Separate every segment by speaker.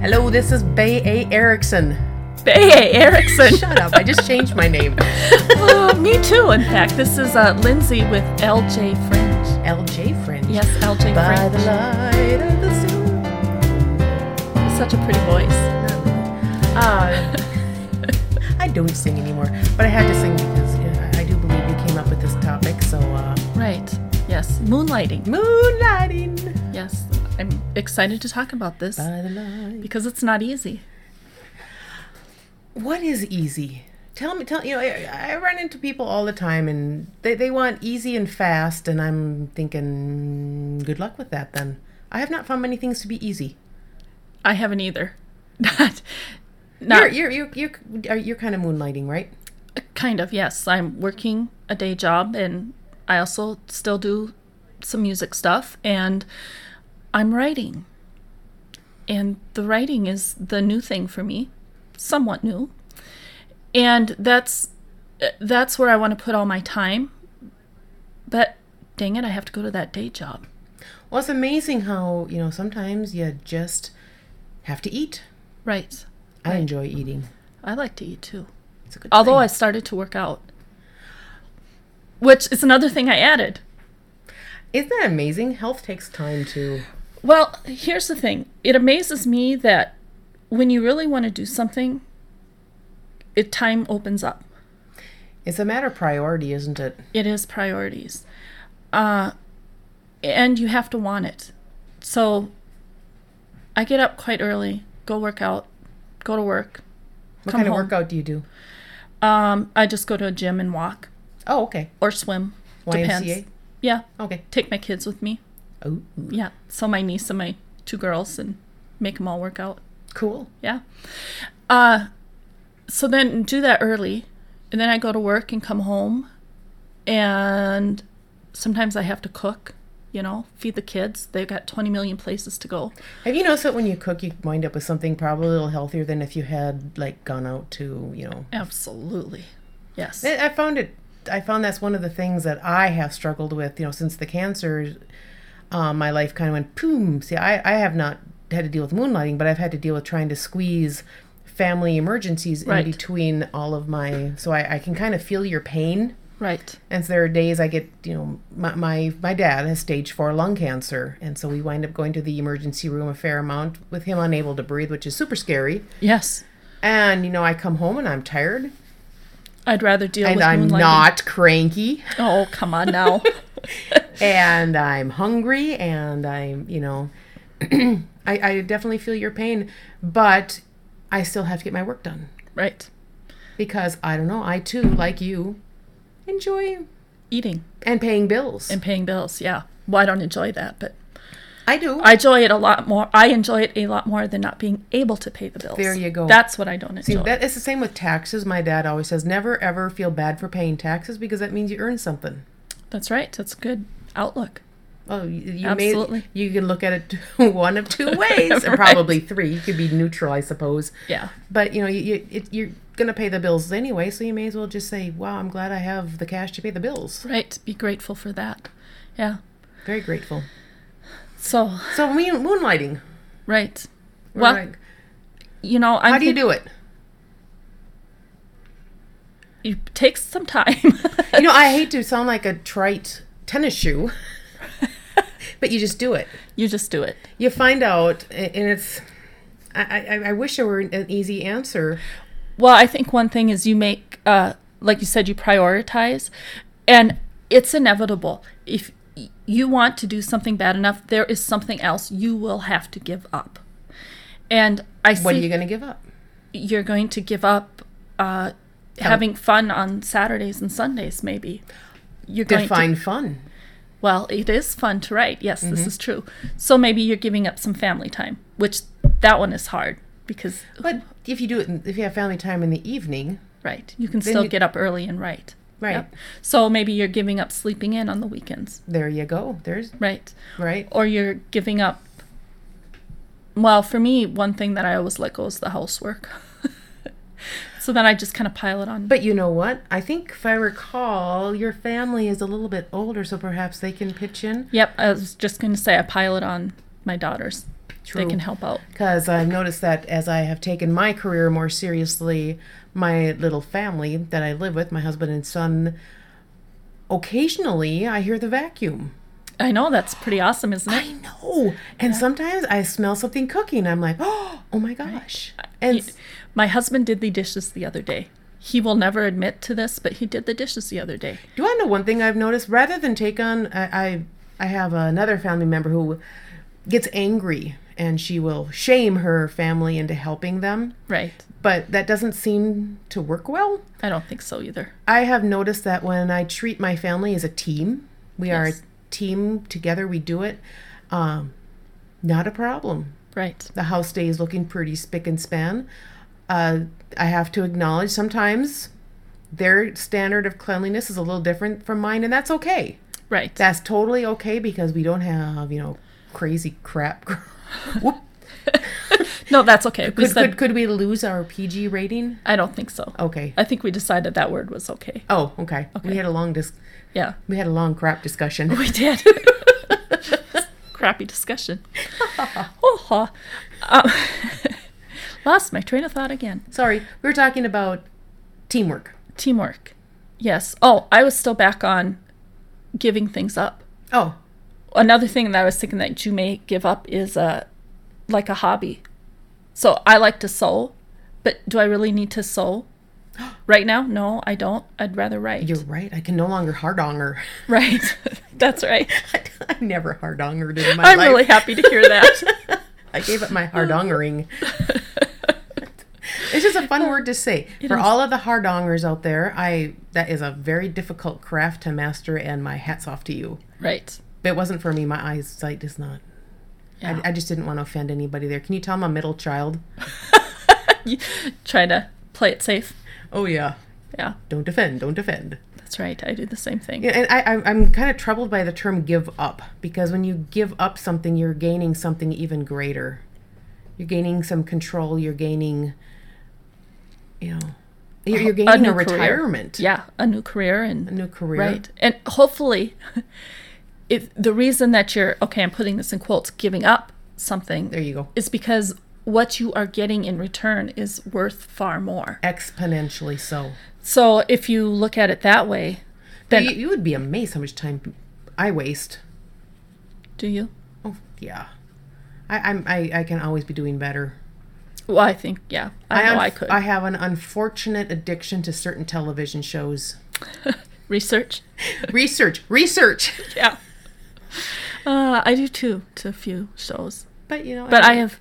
Speaker 1: Hello, this is Bay A. Erickson.
Speaker 2: Bay A. Erickson.
Speaker 1: Shut up, I just changed my name.
Speaker 2: oh, me too, in fact. This is uh, Lindsay with LJ Fringe.
Speaker 1: LJ Fringe.
Speaker 2: Yes, LJ
Speaker 1: By
Speaker 2: Fringe.
Speaker 1: the light of the sun.
Speaker 2: Such a pretty voice.
Speaker 1: Uh, I don't sing anymore, but I had to sing because uh, I do believe you came up with this topic, so uh,
Speaker 2: Right. Yes. Moonlighting.
Speaker 1: moonlighting.
Speaker 2: Yes. I'm excited to talk about this
Speaker 1: By the light.
Speaker 2: because it's not easy.
Speaker 1: What is easy? Tell me, tell you know, I, I run into people all the time, and they, they want easy and fast, and I'm thinking, "Mm, good luck with that. Then I have not found many things to be easy.
Speaker 2: I haven't either. Not, not
Speaker 1: You're you're you're you're, are- you're kind of moonlighting, right?
Speaker 2: Kind of, yes. I'm working a day job and I also still do some music stuff and I'm writing. And the writing is the new thing for me, somewhat new. And that's uh, that's where I want to put all my time. But dang it, I have to go to that day job.
Speaker 1: Well, it's amazing how you know sometimes you just have to eat.
Speaker 2: Right.
Speaker 1: I enjoy eating.
Speaker 2: I like to eat too.
Speaker 1: It's a good
Speaker 2: Although I
Speaker 1: thing.
Speaker 2: started to work out. Which is another thing I added.
Speaker 1: isn't that amazing? Health takes time to.
Speaker 2: Well, here's the thing. It amazes me that when you really want to do something, it time opens up.
Speaker 1: It's a matter of priority, isn't it?
Speaker 2: It is priorities. Uh, and you have to want it. So I get up quite early, go work out, go to work.
Speaker 1: What
Speaker 2: Come
Speaker 1: kind
Speaker 2: home.
Speaker 1: of workout do you do?
Speaker 2: Um, I just go to a gym and walk
Speaker 1: Oh, okay.
Speaker 2: or swim.
Speaker 1: YMCA?
Speaker 2: Depends. Yeah.
Speaker 1: Okay.
Speaker 2: Take my kids with me.
Speaker 1: Oh,
Speaker 2: Yeah. So my niece and my two girls and make them all work out.
Speaker 1: cool.
Speaker 2: Yeah. Uh, so then do that early, and then I go to work and come home, and sometimes I have to cook. You know, feed the kids. They've got 20 million places to go.
Speaker 1: Have you noticed that when you cook, you wind up with something probably a little healthier than if you had like gone out to you know
Speaker 2: Absolutely. Yes.
Speaker 1: I I found it. I found that's one of the things that I have struggled with. You know, since the cancer, um, my life kind of went boom. See, I, I have not had to deal with moonlighting, but I've had to deal with trying to squeeze family emergencies
Speaker 2: Right.
Speaker 1: in between all of my. So I, I can kind of feel your pain.
Speaker 2: Right.
Speaker 1: And so there are days I get, you know, my, my my dad has stage four lung cancer, and so we wind up going to the emergency room a fair amount with him unable to breathe, which is super scary.
Speaker 2: Yes.
Speaker 1: And you know, I come home and I'm tired,
Speaker 2: I'd rather deal
Speaker 1: and
Speaker 2: with
Speaker 1: I'm
Speaker 2: moonlighting.
Speaker 1: not cranky.
Speaker 2: Oh, come on now.
Speaker 1: and I'm hungry and I'm, you know, I, I definitely feel your pain, but I still have to get my work done
Speaker 2: right.
Speaker 1: because I don't know, I too, like you, enjoy
Speaker 2: Eating
Speaker 1: and paying bills.
Speaker 2: and paying bills. Yeah. Well, I don't enjoy that, but
Speaker 1: I do.
Speaker 2: I enjoy it a lot more. I enjoy it a lot more than not being able to pay the bills.
Speaker 1: There you go.
Speaker 2: That's what I don't enjoy.
Speaker 1: that it's the same with taxes. My dad always says, never ever feel bad for paying taxes because that means you earn something.
Speaker 2: That's right. That's a good outlook.
Speaker 1: Oh, you, you
Speaker 2: Absolutely.
Speaker 1: May, you can look at it one of two ways, or
Speaker 2: Right.
Speaker 1: probably three. You could be neutral, I suppose.
Speaker 2: Yeah.
Speaker 1: But you know, you, you it, you're gonna pay the bills anyway, so you may as well just say, "Wow, I'm glad I have the cash to pay the bills."
Speaker 2: Right. Be grateful for that. Yeah.
Speaker 1: Very grateful.
Speaker 2: So,
Speaker 1: So moon, moonlighting.
Speaker 2: right.
Speaker 1: We're
Speaker 2: Well,
Speaker 1: like,
Speaker 2: You know, I'm
Speaker 1: how do you do it?
Speaker 2: It takes some time.
Speaker 1: You know, I hate to sound like a trite tennis shoe, but you just do it.
Speaker 2: you just do it.
Speaker 1: You find out, a- and it's. I, I, I wish there were an easy answer.
Speaker 2: Well, I think one thing is you make, uh, like you said, you prioritize, and it's inevitable. If y- you want to do something bad enough, there is something else you will have to give up. And I see
Speaker 1: What are you going to give up?
Speaker 2: you're going to give up uh, having fun on Saturdays and Sundays, maybe. You're going to
Speaker 1: Define Mm-hmm. fun.
Speaker 2: Well, it is fun to write. Yes, this is true. So maybe you're giving up some family time, which that one is hard because
Speaker 1: But if you do it, in- if you have family time in the evening,
Speaker 2: right, you can still
Speaker 1: you-
Speaker 2: get up early and write.
Speaker 1: Right.
Speaker 2: So maybe you're giving up sleeping in on the weekends,
Speaker 1: there you go. There's
Speaker 2: right?
Speaker 1: right.
Speaker 2: Or you're giving up Well, for me, one thing that I always let go is the housework. so then I just kind of pile it on.
Speaker 1: But you know what? I think if I recall, your family is a little bit older, so perhaps they can pitch in.
Speaker 2: yep, I was just going to say I pile it on my daughters.
Speaker 1: True.
Speaker 2: they can help out.
Speaker 1: Because I've noticed that as I have taken my career more seriously, my little family that I live with, my husband and son, occasionally I hear the vacuum.
Speaker 2: I know that's pretty awesome, isn't it?
Speaker 1: I know. And sometimes I smell something cooking. I'm like, oh, oh my gosh. And
Speaker 2: He- my husband did the dishes the other day. He will never admit to this, but he did the dishes the other day.
Speaker 1: Do you want to know one thing I've noticed? Rather than take on, I, I, I have another family member who gets angry and she will shame her family into helping them,
Speaker 2: Right.
Speaker 1: but that doesn't seem to work well.
Speaker 2: I don't think so either.
Speaker 1: I have noticed that when I treat my family as a team, we are a
Speaker 2: Yes.
Speaker 1: team together, we do it, um, not a problem.
Speaker 2: Right.
Speaker 1: The house stays looking pretty spick and span. Uh, I have to acknowledge sometimes their standard of cleanliness is a little different from mine, and that's okay.
Speaker 2: Right.
Speaker 1: That's totally okay because we don't have, you know, crazy crap. Whoop.
Speaker 2: no, that's okay. We
Speaker 1: Could,
Speaker 2: said,
Speaker 1: could, could we lose our PG rating?
Speaker 2: I don't think so.
Speaker 1: Okay.
Speaker 2: I think we decided that word was okay.
Speaker 1: Oh, okay. We had a long dis-
Speaker 2: Yeah.
Speaker 1: we had a long crap discussion.
Speaker 2: We did. Crappy discussion. oh, ha. Um, lost my train of thought again.
Speaker 1: Sorry, we were talking about teamwork.
Speaker 2: Teamwork. Yes. Oh, I was still back on giving things up.
Speaker 1: Oh,
Speaker 2: Another thing that I was thinking that you may give up is a like a hobby. So I like to sew, but do I really need to sew? Right now, no, I don't. I'd rather write.
Speaker 1: you're right. I can no longer hardonger.
Speaker 2: right. That's right.
Speaker 1: I never hardongered in my
Speaker 2: I'm
Speaker 1: life.
Speaker 2: really happy to hear that.
Speaker 1: I gave up my hardongering. it's just a fun word to say. For all of the hardongers out there, I that is a very difficult craft to master, and my hats off to you.
Speaker 2: right.
Speaker 1: If it wasn't for me, my eyesight is not.
Speaker 2: Yeah.
Speaker 1: I, I just didn't want to offend anybody there. Can you tell I'm a middle child?
Speaker 2: You- Try to play it safe.
Speaker 1: Oh yeah,
Speaker 2: Yeah,
Speaker 1: don't defend, don't defend.
Speaker 2: that's right. I do the same thing.
Speaker 1: Yeah, and I, I, I'm kind of troubled by the term give up because when you give up something, you're gaining something even greater. You're gaining some control. You're gaining, you know, you're, you're gaining a,
Speaker 2: new career.
Speaker 1: retirement,
Speaker 2: Yeah, a new career and
Speaker 1: a new career.
Speaker 2: right. And hopefully, if the reason that you're okay, I'm putting this in quotes, giving up something
Speaker 1: There you go.
Speaker 2: is because what you are getting in return is worth far more.
Speaker 1: Exponentially so.
Speaker 2: So if you look at it that way,
Speaker 1: You,
Speaker 2: then
Speaker 1: you would be amazed how much time I waste.
Speaker 2: do you?
Speaker 1: Oh yeah, I, I'm I, I can always be doing better.
Speaker 2: Well, I think yeah, I,
Speaker 1: unf-
Speaker 2: know I could
Speaker 1: I have an unfortunate addiction to certain television shows.
Speaker 2: research.
Speaker 1: research, research.
Speaker 2: Yeah. Uh, I do too to a few shows,
Speaker 1: But you know,
Speaker 2: but I have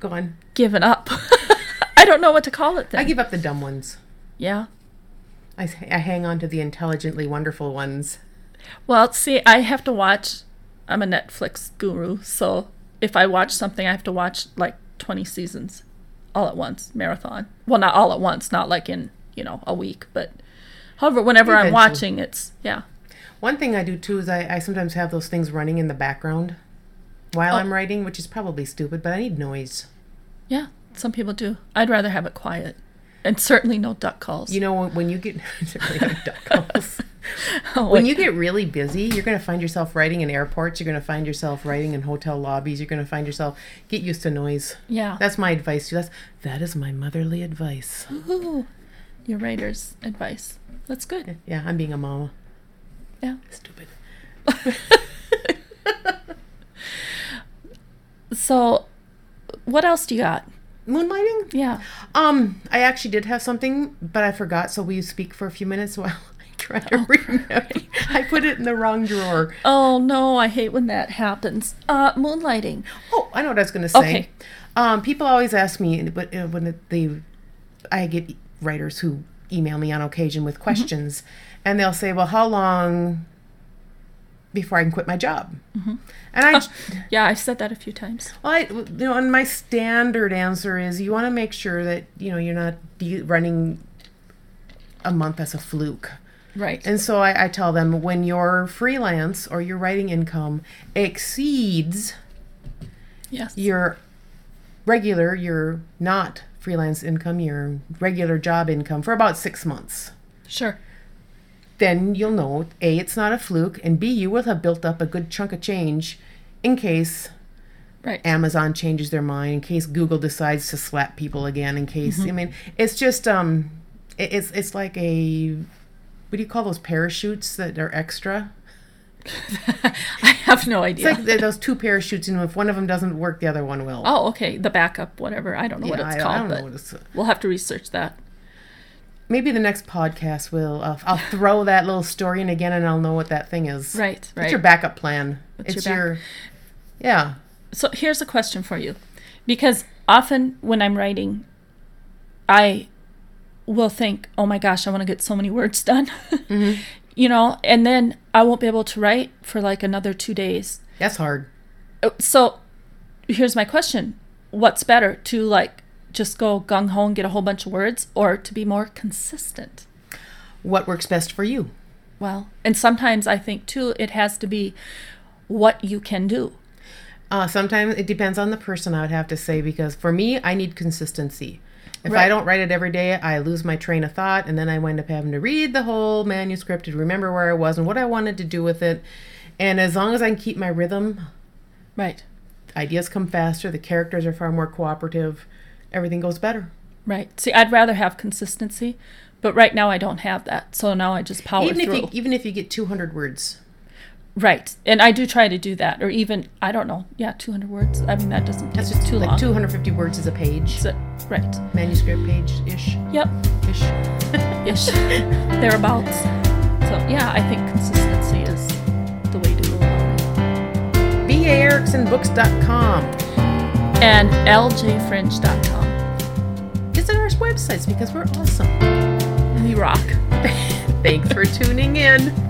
Speaker 1: go on.
Speaker 2: given up. I don't know what to call it
Speaker 1: I
Speaker 2: then.
Speaker 1: give up the dumb ones.
Speaker 2: yeah.
Speaker 1: I, s- I hang on to the intelligently wonderful ones.
Speaker 2: Well, see, I have to watch. I'm a Netflix guru, so if I watch something, I have to watch like 20 seasons all at once, marathon. Well, not all at once, not like in, you know, a week, but however, whenever I'm
Speaker 1: Eventually.
Speaker 2: watching, it's, yeah.
Speaker 1: One thing I do too is I, I sometimes have those things running in the background
Speaker 2: Oh.
Speaker 1: while I'm writing, which is probably stupid, but I need noise.
Speaker 2: Yeah, some people do. I'd rather have it quiet. And certainly no duck calls.
Speaker 1: You know, when- when you get Sorry, I have duck calls.
Speaker 2: Oh,
Speaker 1: when
Speaker 2: wait.
Speaker 1: you get really busy, you're going to find yourself writing in airports. You're going to find yourself writing in hotel lobbies. You're going to find yourself get used to noise.
Speaker 2: yeah.
Speaker 1: That's my advice to you. That's that is my motherly advice.
Speaker 2: Ooh, your writer's advice. That's good.
Speaker 1: Yeah, I'm being a mama.
Speaker 2: Yeah.
Speaker 1: Stupid.
Speaker 2: So, what else do you got?
Speaker 1: Moonlighting.
Speaker 2: Yeah.
Speaker 1: Um, I actually did have something, but I forgot. So will you speak for a few minutes while I try to remember? I put it in the wrong drawer.
Speaker 2: Oh no, I hate when that happens. Uh, moonlighting.
Speaker 1: Oh, I know what I was going to say.
Speaker 2: Okay.
Speaker 1: Um, people always ask me, but uh, when they, I get writers who email me on occasion with questions, and they'll say, "Well, how long before I can quit my job?" And I,
Speaker 2: Yeah, I've said that a few times.
Speaker 1: Well, I, you know, and my standard answer is you want to make sure that you know you're not de- running a month as a fluke.
Speaker 2: Right.
Speaker 1: And so I, I tell them when your freelance or your writing income exceeds
Speaker 2: yes.
Speaker 1: your regular, your not freelance income, your regular job income for about six months,
Speaker 2: Sure.
Speaker 1: then you'll know A, it's not a fluke, and B, you will have built up a good chunk of change in case
Speaker 2: Right.
Speaker 1: Amazon changes their mind, in case Google decides to slap people again, in case I mean it's just um it, it's it's like a what do you call those parachutes that are extra?
Speaker 2: I have no idea.
Speaker 1: It's like th- those two parachutes, and if one of them doesn't work, the other one will.
Speaker 2: oh, okay. The backup, whatever. I don't know what
Speaker 1: Yeah,
Speaker 2: it's
Speaker 1: I, I
Speaker 2: called,
Speaker 1: don't
Speaker 2: but
Speaker 1: know what it's.
Speaker 2: we'll have to research that.
Speaker 1: Maybe the next podcast will. Uh, I'll throw that little story in again, and I'll know what that thing is.
Speaker 2: Right.
Speaker 1: It's
Speaker 2: Right.
Speaker 1: your backup plan.
Speaker 2: What's
Speaker 1: it's
Speaker 2: your back-
Speaker 1: your, yeah.
Speaker 2: so here's a question for you because often when i'm writing i will think oh my gosh i want to get so many words done you know and then i won't be able to write for like another two days
Speaker 1: That's hard.
Speaker 2: Uh, so here's my question what's better to like just go gung-ho and get a whole bunch of words or to be more consistent
Speaker 1: What works best for you?
Speaker 2: well and sometimes i think too it has to be what you can do
Speaker 1: Uh, sometimes it depends on the person, I would have to say, because for me, I need consistency. If
Speaker 2: Right.
Speaker 1: I don't write it every day, I lose my train of thought, and then I wind up having to read the whole manuscript and remember where I was and what I wanted to do with it. And as long as I can keep my rhythm,
Speaker 2: right
Speaker 1: ideas come faster, the characters are far more cooperative, everything goes better.
Speaker 2: Right. See, I'd rather have consistency, but right now I don't have that. So now I just power
Speaker 1: even
Speaker 2: through.
Speaker 1: if you even if you get 200 words,
Speaker 2: right. And I do try to do that, or even I don't know. Yeah, 200 words. I mean, that doesn't.
Speaker 1: that's
Speaker 2: take
Speaker 1: just
Speaker 2: too
Speaker 1: like
Speaker 2: long.
Speaker 1: 250 words is a page,
Speaker 2: So- right.
Speaker 1: manuscript page ish,
Speaker 2: Yep.
Speaker 1: ish.
Speaker 2: Ish. Thereabouts. So yeah, I think consistency is the way to go.
Speaker 1: BAEricksonBooks.com.
Speaker 2: And ljfringe.com.
Speaker 1: Visit our websites because we're awesome.
Speaker 2: We rock.
Speaker 1: Thanks for tuning in.